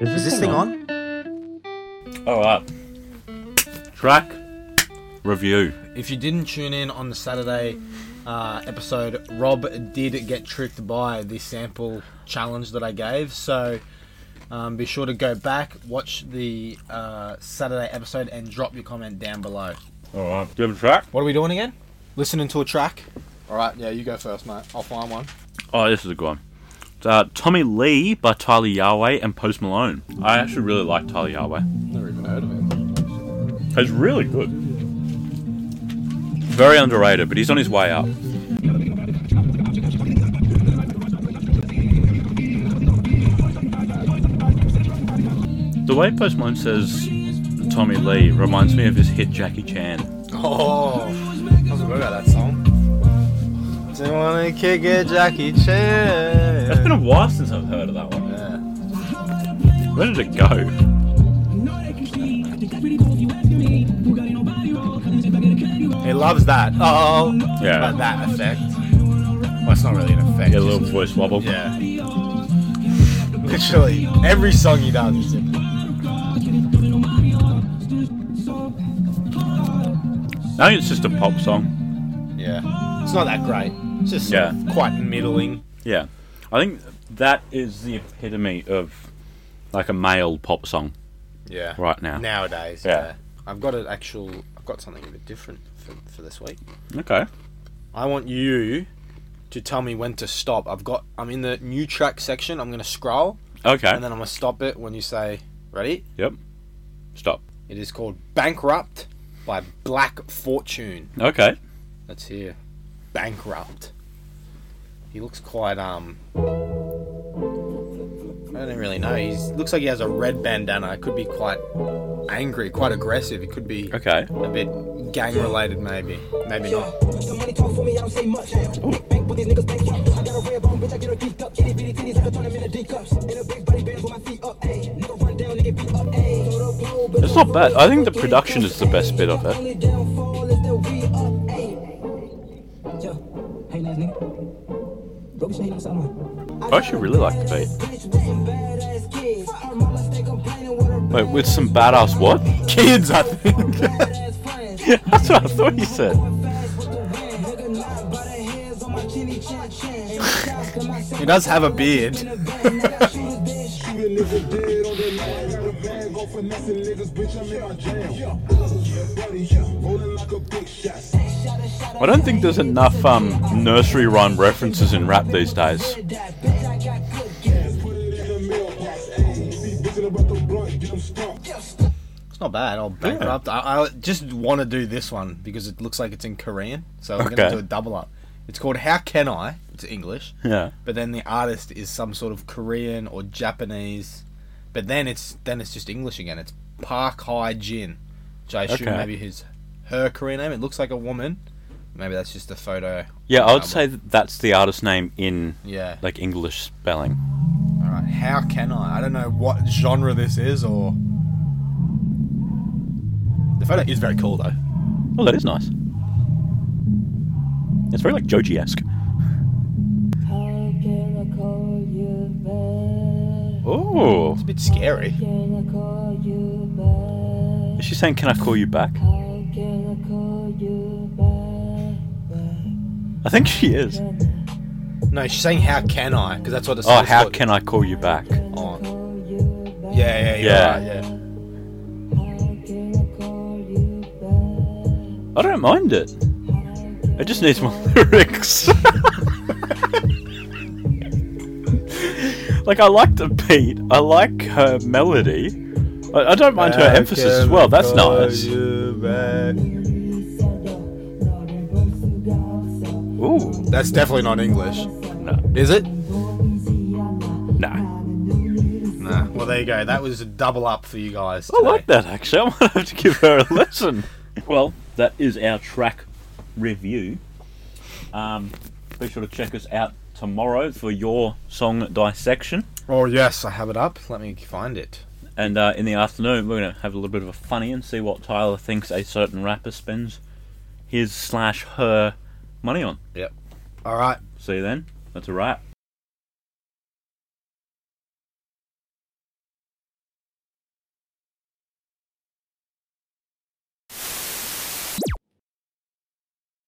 thing on. All right. Track review. If you didn't tune in on the Saturday uh, episode, Rob did get tricked by the sample challenge that I gave. So um, be sure to go back, watch the uh, Saturday episode, and drop your comment down below. All right. Do you have a track? What are we doing again? Listening to a track. All right, yeah, you go first, mate. I'll find one. Oh, this is a good one. It's, uh, Tommy Lee by Tyler Yahweh and Post Malone. I actually really like Tyler Yahweh. Never even heard of it. He's really good. Very underrated, but he's on his way up. The way Post Malone says Tommy Lee reminds me of his hit Jackie Chan. Oh, how's it about that song? Do you wanna kick it, Jackie It's been Chan? a while since I've heard of that one. Yeah. Where did it go? He loves that. Oh, Yeah. But that effect. Well, it's not really an effect. Yeah, a it's little just- voice wobble. yeah. Literally every song he does is it. I think it's just a pop song. Yeah. It's not that great. It's just Yeah. sort of quite middling. Yeah. I think that is the epitome of like a male pop song Yeah. right now. Nowadays. Yeah. Yeah. I've got an actual. I've got something a bit different for, for this week. Okay. I want you to tell me when to stop. I've got. I'm in the new track section. I'm gonna scroll Okay. and then I'm gonna stop it when you say ready. yep. Stop. It is called Bankrupt by Black Fortune. Okay. Let's hear bankrupt. He looks quite um. I don't really know. He looks like he has a red bandana. It could be quite angry, quite aggressive. It could be Okay. a bit gang related, maybe. Maybe not. It's not bad. I think the production is the best bit of it. I actually really like the beat. Wait, with some badass what? Kids, I think. That's what I thought you said. he does have a beard. I don't think there's enough um, nursery rhyme references in rap these days. It's not bad. I'll bankrupt. I, I just want to do this one because it looks like it's in Korean. So we're Okay. gonna do a double up. It's called How Can I? It's English. Yeah. but then the artist is some sort of Korean or Japanese. But then it's then it's just English again. It's Park Hye Jin, which I assume Okay. maybe his her Korean name. It looks like a woman. Maybe that's just a photo. Yeah, I would Um, say that that's the artist name in Yeah. like English spelling. All right. How can I? I don't know what genre this is or. The photo is very cool though. Oh, that is nice. It's very like Joji-esque. How can I call you back? Oh, It's a bit scary. Can I call you back? is she saying, "Can I call you back"? How can I call you back? I think she is. Can No, she's saying how can I? Because that's what the Oh, song's how called. can I call you back? I Oh. call you back? Yeah, yeah, yeah. Yeah. Right, yeah. How can I call you back? I don't mind it. How can It just needs more lyrics. like I like the beat. I like her melody. I, I don't mind her emphasis as well. That's nice. Ooh, That's definitely not English. no, Is it? no. Nah. Well, there you go. That was a double up for you guys. I today. like that actually. I might have to give her a lesson. well, that is our track review. Um, be sure to check us out tomorrow for your song dissection. Oh yes, I have it up. Let me find it. And uh, in the afternoon, we're going to have a little bit of a funny and see what Tyler thinks a certain rapper spends his slash her money on. Yep. All right. See you then. That's a wrap.